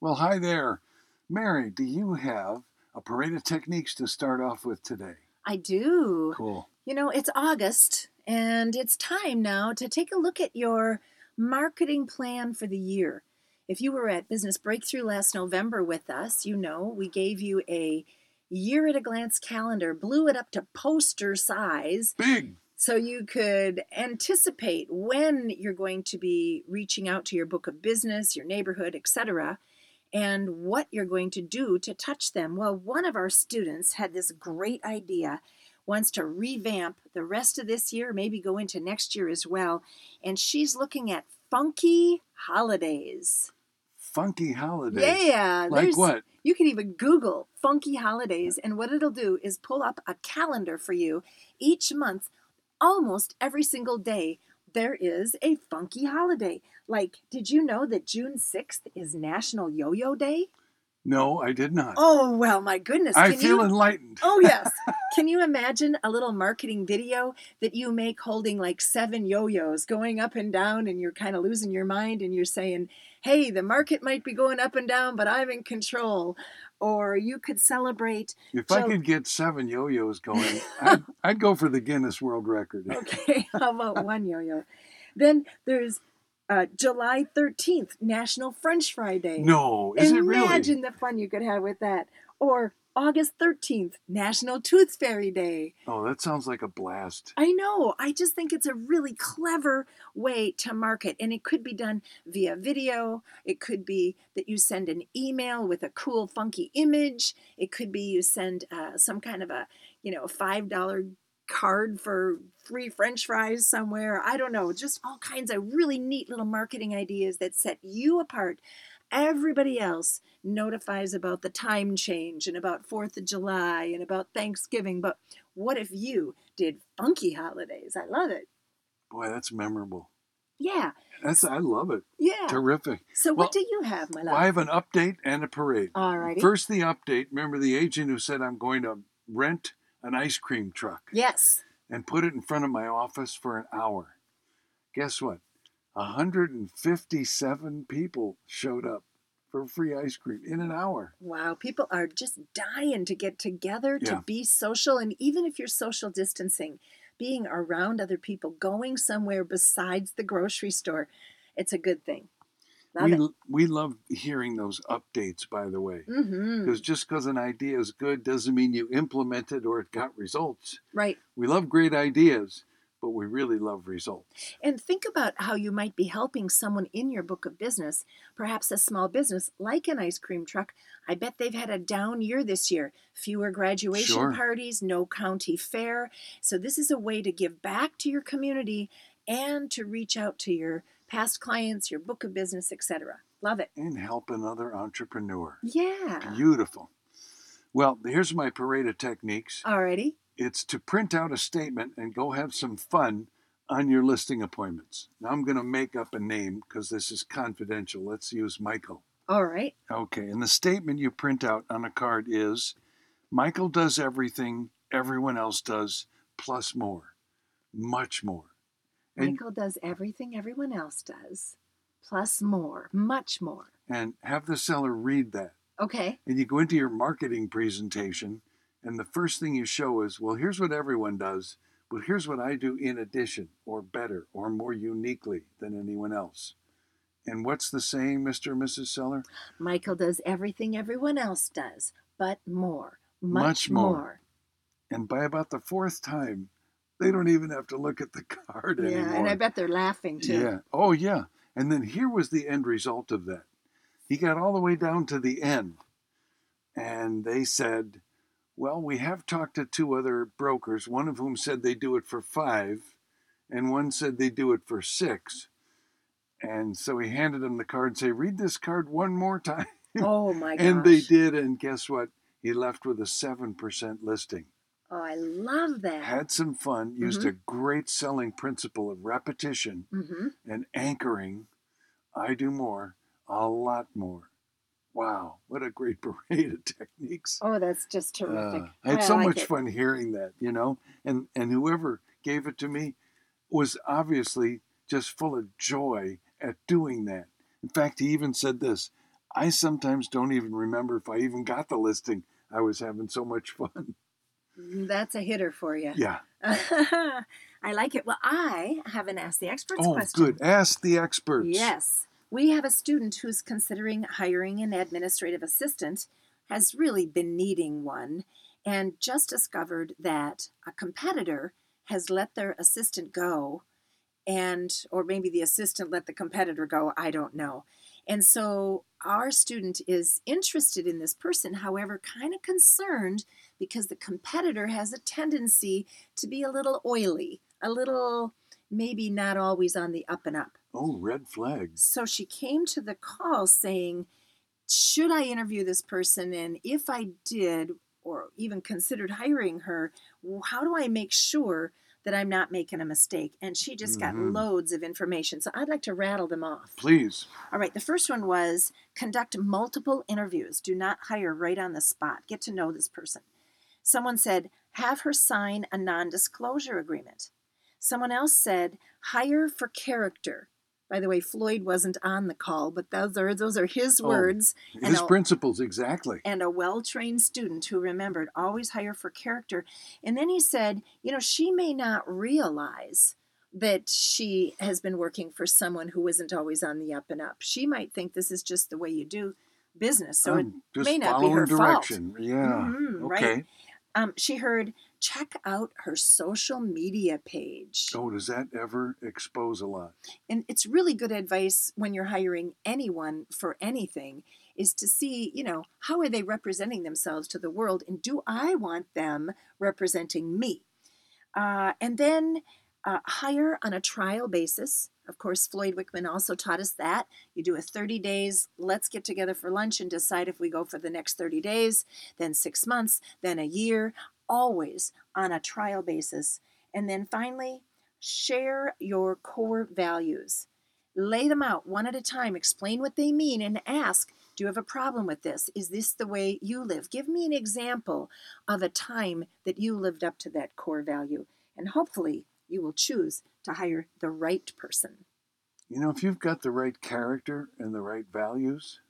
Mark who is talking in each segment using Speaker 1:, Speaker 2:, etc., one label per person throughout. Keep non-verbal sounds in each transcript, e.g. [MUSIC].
Speaker 1: Well, hi there. Mary, do you have a parade of techniques to start off with today?
Speaker 2: I do.
Speaker 1: Cool.
Speaker 2: You know, it's August and it's time now to take a look at your marketing plan for the year. If you were at Business Breakthrough last November with us, you know we gave you a year at a glance calendar, blew it up to poster size
Speaker 1: Big.
Speaker 2: so you could anticipate when you're going to be reaching out to your book of business, your neighborhood, etc., and what you're going to do to touch them. Well, one of our students had this great idea wants to revamp the rest of this year, maybe go into next year as well, and she's looking at funky holidays.
Speaker 1: Funky holidays.
Speaker 2: Yeah,
Speaker 1: Like
Speaker 2: there's-
Speaker 1: what?
Speaker 2: you can even Google funky holidays, and what it'll do is pull up a calendar for you each month. Almost every single day, there is a funky holiday. Like, did you know that June 6th is National Yo Yo Day?
Speaker 1: No, I did not.
Speaker 2: Oh, well, my goodness.
Speaker 1: I
Speaker 2: can
Speaker 1: feel
Speaker 2: you-
Speaker 1: enlightened.
Speaker 2: Oh, yes. Can you imagine a little marketing video that you make holding like seven yo yo's going up and down, and you're kind of losing your mind and you're saying, hey, the market might be going up and down, but I'm in control? Or you could celebrate,
Speaker 1: If I
Speaker 2: So-
Speaker 1: could get seven yo-yos
Speaker 2: [LAUGHS]
Speaker 1: going, I'd, I'd go for the Guinness World Record.
Speaker 2: okay, [LAUGHS] how about one yo yo? Then there's uh, July 13th, National French Fry Day.
Speaker 1: No, is it really?
Speaker 2: Imagine the fun you could have with that. Or August 13th, National Tooth Fairy Day.
Speaker 1: Oh, that sounds like a blast.
Speaker 2: I know. I just think it's a really clever way to market. And it could be done via video. It could be that you send an email with a cool, funky image. It could be you send uh, some kind of a, you know, $5 card for free french fries somewhere. I don't know. Just all kinds of really neat little marketing ideas that set you apart. Everybody else notifies about the time change and about 4th of July and about Thanksgiving. But what if you did funky holidays? I love it.
Speaker 1: Boy, that's memorable.
Speaker 2: Yeah,
Speaker 1: That's I love it.
Speaker 2: yeah.
Speaker 1: Terrific.
Speaker 2: So
Speaker 1: well,
Speaker 2: what do you have, my
Speaker 1: Well, I
Speaker 2: love?
Speaker 1: have an update and a parade.
Speaker 2: All righty.
Speaker 1: First, the update. Remember the agent who said I'm going to rent an ice cream truck
Speaker 2: Yes.
Speaker 1: and put it in front of my office for an hour. Guess what? 157 people showed up for free ice cream in an hour.
Speaker 2: Wow, people are just dying to get together,
Speaker 1: Yeah.
Speaker 2: to be social. And even if you're social distancing, being around other people, going somewhere besides the grocery store, it's a good thing. Love
Speaker 1: we
Speaker 2: it.
Speaker 1: we love hearing those updates, by the way.
Speaker 2: Mm-hmm.
Speaker 1: Because just because an idea is good doesn't mean you implement it or it got results.
Speaker 2: Right.
Speaker 1: We love great ideas, but we really love results.
Speaker 2: And think about how you might be helping someone in your book of business, perhaps a small business like an ice cream truck. I bet they've had a down year this year. Fewer graduation
Speaker 1: Sure.
Speaker 2: parties, no county fair. So, this is a way to give back to your community and to reach out to your past clients, your book of business, etc. Love it.
Speaker 1: And help another entrepreneur.
Speaker 2: Yeah.
Speaker 1: Beautiful. Well, here's my parade of techniques.
Speaker 2: Alrighty.
Speaker 1: It's to print out a statement and go have some fun on your listing appointments. Now I'm going to make up a name because this is confidential. Let's use Michael.
Speaker 2: All right.
Speaker 1: Okay, and the statement you print out on a card is Michael does everything everyone else does, plus more, much more. And,
Speaker 2: Michael does everything everyone else does, plus more, much more.
Speaker 1: and have the seller read that.
Speaker 2: Okay.
Speaker 1: And you go into your marketing presentation, and the first thing you show is, well, here's what everyone does, but here's what I do in addition, or better, or more uniquely than anyone else. And what's the saying, Mr. and Mrs. Seller?
Speaker 2: Michael does everything everyone else does, but more,
Speaker 1: Much
Speaker 2: much,
Speaker 1: more.
Speaker 2: more.
Speaker 1: And by about the fourth time, they don't even have to look at the [LAUGHS] card
Speaker 2: Yeah,
Speaker 1: anymore.
Speaker 2: and I bet they're laughing too.
Speaker 1: Yeah. Oh, yeah. And then here was the end result of that. He got all the way down to the end, and they said, Well, we have talked to two other brokers, one of whom said they do it for five, and one said they do it for six. And so he handed him the card and say, Read this card one more [LAUGHS] time.
Speaker 2: Oh my gosh.
Speaker 1: And they did, and guess what? He left with a 7% listing.
Speaker 2: Oh, I love that.
Speaker 1: Had some fun, used
Speaker 2: Mm-hmm.
Speaker 1: a great selling principle of repetition,
Speaker 2: hmm
Speaker 1: and anchoring I do more, a lot more. Wow, what a great [LAUGHS] parade of techniques.
Speaker 2: Oh, that's just
Speaker 1: Uh,
Speaker 2: terrific.
Speaker 1: I had
Speaker 2: I
Speaker 1: so
Speaker 2: like
Speaker 1: much
Speaker 2: it.
Speaker 1: fun hearing that, you know, and, and whoever gave it to me was obviously just full of joy at doing that. In fact, he even said this I sometimes don't even remember if I even got the listing. I was having so much
Speaker 2: [LAUGHS]
Speaker 1: fun.
Speaker 2: Mm, That's a hitter for you.
Speaker 1: Yeah.
Speaker 2: [LAUGHS] I like it. Well, I haven't asked the experts
Speaker 1: Oh,
Speaker 2: question.
Speaker 1: good. Ask the experts.
Speaker 2: Yes. We have a student who's considering hiring an administrative assistant, has really been needing one, and just discovered that a competitor has let their assistant go and or maybe the assistant let the competitor go, I don't know. And so our student is interested in this person, however, kind of concerned because the competitor has a tendency to be a little oily, a little maybe not always on the up and up.
Speaker 1: Oh, red flags.
Speaker 2: So she came to the call saying, Should I interview this person? And if I did, or even considered hiring her, w- how do I make sure that I'm not making a mistake? And she just
Speaker 1: Mhm.
Speaker 2: got loads of information. So I'd like to rattle them off.
Speaker 1: Please.
Speaker 2: All right, the first one was conduct multiple interviews. Do not hire right on the spot. Get to know this person. Someone said, have her sign a non disclosure agreement. Someone else said, hire for character. By the way, Floyd wasn't on the call, but those are, those are his
Speaker 1: Oh.
Speaker 2: words. And
Speaker 1: His
Speaker 2: I'll-
Speaker 1: principles, exactly.
Speaker 2: And a well trained student who remembered, always hire for character. And then he said, you know, she may not realize that she has been working for someone who isn't always on the up and up. She might think this is just the way you do business. So it,
Speaker 1: I'm just
Speaker 2: may not be
Speaker 1: following
Speaker 2: her fault.
Speaker 1: direction. Oh, Yeah.
Speaker 2: Mhm,
Speaker 1: okay.
Speaker 2: right? Um, she heard, check out her social media page.
Speaker 1: Oh, does that ever expose a lot?
Speaker 2: And it's really good advice when you're hiring anyone for anything is to see, you know, how are they representing themselves to the world and do I want them representing me? Uh, and then uh, hire on a trial basis. Of course, Floyd Wickman also taught us that. You do a 30 days, let's get together for lunch and decide if we go for the next 30 days, then six months, then a year, always on a trial basis. And then finally, share your core values. Lay them out one at a time, explain what they mean, and ask Do you have a problem with this? Is this the way you live? Give me an example of a time that you lived up to that core value. And hopefully, you will choose to hire the right person.
Speaker 1: You know, if you've got the right character and the right values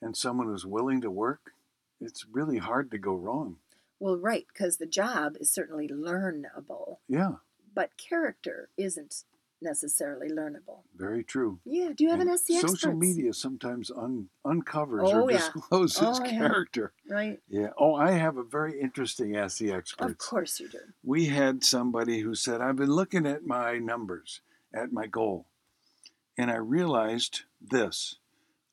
Speaker 1: and someone who's willing to work, it's really hard to go wrong.
Speaker 2: Well, right, because the job is certainly learnable,
Speaker 1: Yeah,
Speaker 2: but character isn't necessarily learnable.
Speaker 1: very true.
Speaker 2: Yeah, do you have an E
Speaker 1: And
Speaker 2: SC expert?
Speaker 1: Social media sometimes un- uncovers
Speaker 2: Oh,
Speaker 1: or
Speaker 2: yeah.
Speaker 1: discloses [LAUGHS]
Speaker 2: Oh, yeah.
Speaker 1: character.
Speaker 2: Right.
Speaker 1: Yeah. Oh, I have a very interesting E Ask the Experts.
Speaker 2: Of course you do.
Speaker 1: we had somebody who said, I've been looking at my numbers, at my goal, and I realized this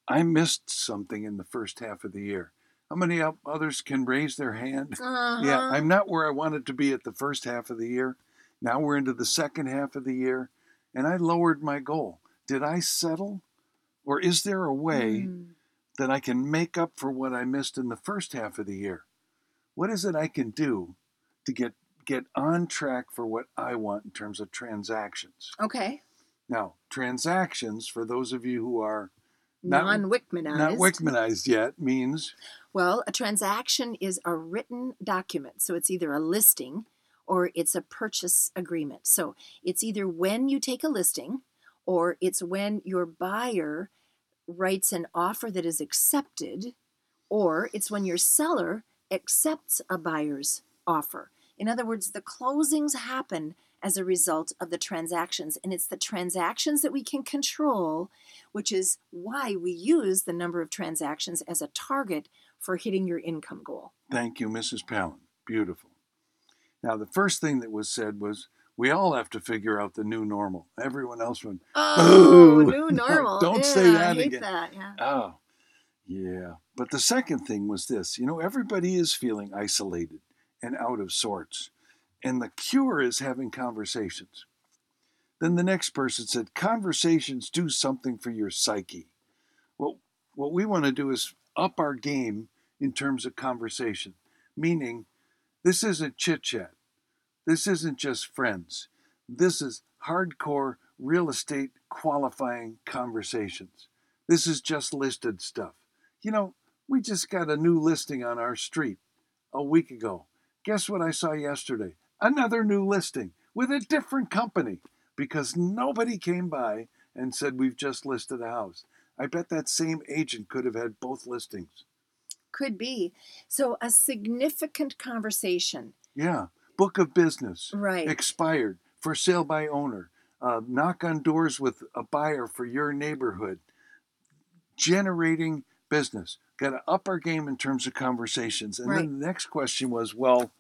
Speaker 1: I missed something in the first half of the year. How many o- others can raise their hand?
Speaker 2: Uh-huh.
Speaker 1: Yeah, I'm not where I wanted to be at the first half of the year. Now we're into the second half of the year, and I lowered my goal. Did I settle? Or is there a way
Speaker 2: Mm.
Speaker 1: that I can make up for what I missed in the first half of the year? What is it I can do to get get on track for what I want in terms of transactions?
Speaker 2: Okay.
Speaker 1: Now, transactions for those of you who are Not-
Speaker 2: Non-Wickmanized.
Speaker 1: not Wickmanized yet means
Speaker 2: well, a transaction is a written document, so it's either a listing or it's a purchase agreement. So it's either when you take a listing or it's when your buyer writes an offer that is accepted or it's when your seller accepts a buyer's offer. In other words, the closings happen as a result of the transactions. And it's the transactions that we can control, which is why we use the number of transactions as a target for hitting your income goal.
Speaker 1: Thank you, Mrs. Palin. Beautiful. Now, the first thing that was said was we all have to figure out the new normal. Everyone else went,
Speaker 2: Oh,
Speaker 1: Boo.
Speaker 2: new
Speaker 1: No, [LAUGHS]
Speaker 2: normal.
Speaker 1: don't
Speaker 2: Yeah,
Speaker 1: say
Speaker 2: I
Speaker 1: that
Speaker 2: hate
Speaker 1: again.
Speaker 2: that, yeah.
Speaker 1: oh, yeah. But the second thing was this you know, everybody is feeling isolated and out of sorts. And the cure is having conversations. Then the next person said, conversations do something for your psyche. Well, what we want to do is up our game in terms of conversation, meaning this isn't chit chat. This isn't just friends. This is hardcore real estate qualifying conversations. This is just listed stuff. You know, we just got a new listing on our street a week ago. Guess what I saw yesterday? Another new listing with a different company because nobody came by and said, We've just listed a house. I bet that same agent could have had both listings.
Speaker 2: Could be. So, a significant conversation.
Speaker 1: Yeah. Book of business.
Speaker 2: Right.
Speaker 1: expired for sale by owner uh, knock on doors with a buyer for your neighborhood generating business got to up our game in terms of conversations and
Speaker 2: Right.
Speaker 1: then the next question was well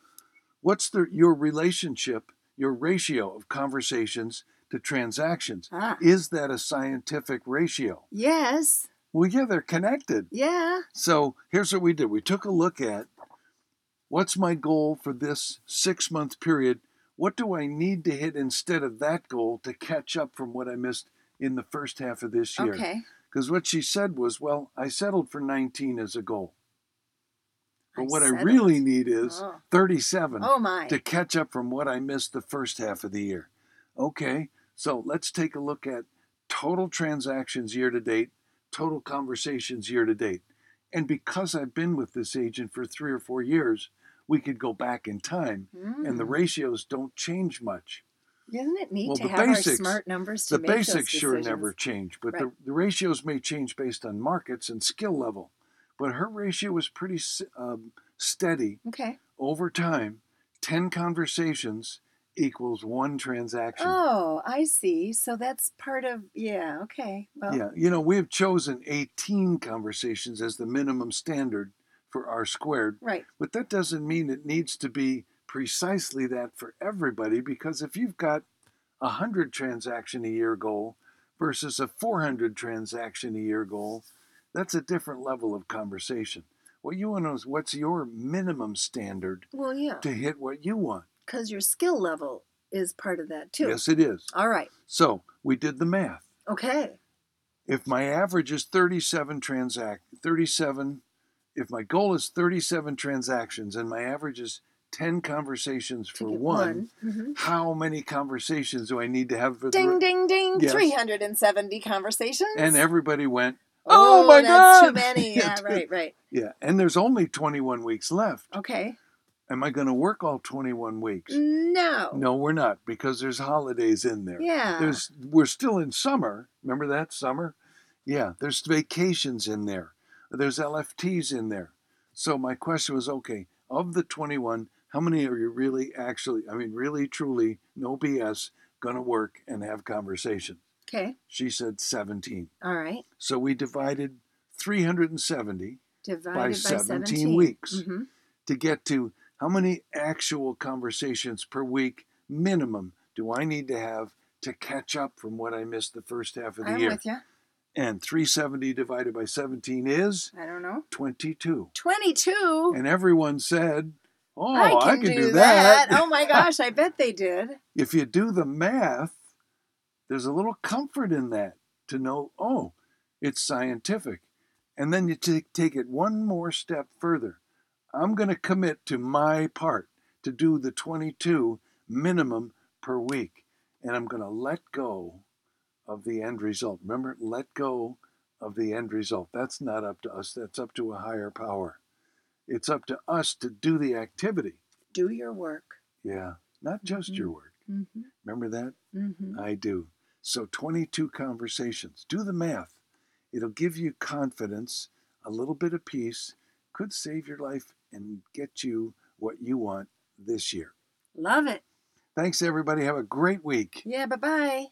Speaker 1: what's the your relationship your ratio of conversations to transactions
Speaker 2: ah.
Speaker 1: is that a scientific ratio
Speaker 2: Yes.
Speaker 1: well yeah they're connected
Speaker 2: Yeah.
Speaker 1: so here's what we did we took a look at what's my goal for this six month period? What do I need to hit instead of that goal to catch up from what I missed in the first half of this year?
Speaker 2: Okay.
Speaker 1: Because what she said was, well, I settled for 19 as a goal. But what I
Speaker 2: settled.
Speaker 1: really need is
Speaker 2: Oh.
Speaker 1: 37
Speaker 2: Oh my.
Speaker 1: to catch up from what I missed the first half of the year. Okay, so let's take a look at total transactions year to date, total conversations year to date. And because I've been with this agent for three or four years, we could go back in time and the
Speaker 2: Mm.
Speaker 1: ratios don't change much.
Speaker 2: Isn't it neat
Speaker 1: well,
Speaker 2: to
Speaker 1: the
Speaker 2: have our
Speaker 1: basics-
Speaker 2: smart numbers to
Speaker 1: The
Speaker 2: make those
Speaker 1: basics sure
Speaker 2: decisions?
Speaker 1: never change, but the, the ratios may change based on markets and skill level. But her ratio was pretty s- um, steady
Speaker 2: Okay.
Speaker 1: over time, 10 conversations equals one transaction.
Speaker 2: Oh, I see. So that's part of yeah. Okay. Well,
Speaker 1: Yeah, you know, we have chosen 18 conversations as the minimum standard for R squared,
Speaker 2: right.
Speaker 1: but that doesn't mean it needs to be precisely that for everybody because if you've got a 100 transaction a year goal versus a 400 transaction a year goal, that's a different level of conversation. What you want to know is what's your minimum standard
Speaker 2: Well, yeah.
Speaker 1: to hit what you want.
Speaker 2: Because your skill level is part of that too.
Speaker 1: Yes, it is.
Speaker 2: All right.
Speaker 1: So we did the math.
Speaker 2: Okay.
Speaker 1: If my average is 37 transact 37, if my goal is 37 transactions and my average is 10 conversations for
Speaker 2: Ticket
Speaker 1: one,
Speaker 2: Mhm.
Speaker 1: how many conversations do I need to have for
Speaker 2: Ding,
Speaker 1: the
Speaker 2: ding, ding.
Speaker 1: Yes.
Speaker 2: 370 conversations.
Speaker 1: and everybody went,
Speaker 2: oh,
Speaker 1: "Oh my
Speaker 2: that's too
Speaker 1: God!"
Speaker 2: many.
Speaker 1: [LAUGHS] Yeah,
Speaker 2: Yeah, right, right.
Speaker 1: yeah, and there's only 21 weeks left.
Speaker 2: Okay.
Speaker 1: Am I going to work all 21 weeks?
Speaker 2: No.
Speaker 1: No, we're not because there's holidays in there.
Speaker 2: Yeah.
Speaker 1: There's we're still in summer. Remember that summer? Yeah, there's vacations in there. There's LFTs in there. So my question was, okay, of the 21, how many are you really actually, I mean really truly, no BS, going to work and have conversation?
Speaker 2: okay.
Speaker 1: She said 17.
Speaker 2: All right.
Speaker 1: So we divided 370
Speaker 2: Divided
Speaker 1: by
Speaker 2: by
Speaker 1: 17
Speaker 2: 17,
Speaker 1: weeks.
Speaker 2: hmm
Speaker 1: to get to how many actual conversations per week minimum do I need to have to catch up from what I missed the first half of the
Speaker 2: I'm
Speaker 1: year?
Speaker 2: with you.
Speaker 1: And 370 divided by 17 is
Speaker 2: I don't know.
Speaker 1: 22.
Speaker 2: 22.
Speaker 1: And everyone said, Oh,
Speaker 2: I can,
Speaker 1: do,
Speaker 2: do,
Speaker 1: that.
Speaker 2: that.
Speaker 1: [LAUGHS]
Speaker 2: Oh my gosh, I bet they did.
Speaker 1: If you do the math, there's a little comfort in that to know, oh, it's scientific. And then you take, take it one more step further. I'm going to commit to my part to do the 22 minimum per week. And I'm going to let go of the end result. Remember, let go of the end result. That's not up to us, that's up to a higher power. It's up to us to do the activity.
Speaker 2: Do your work.
Speaker 1: Yeah, not just your work.
Speaker 2: Mm-hmm.
Speaker 1: Remember that?
Speaker 2: Mm-hmm.
Speaker 1: I do. So 22 conversations. Do the math. It'll give you confidence, a little bit of peace, could save your life and get you what you want this year.
Speaker 2: Love it.
Speaker 1: Thanks, everybody. Have a great week.
Speaker 2: Yeah, bye bye.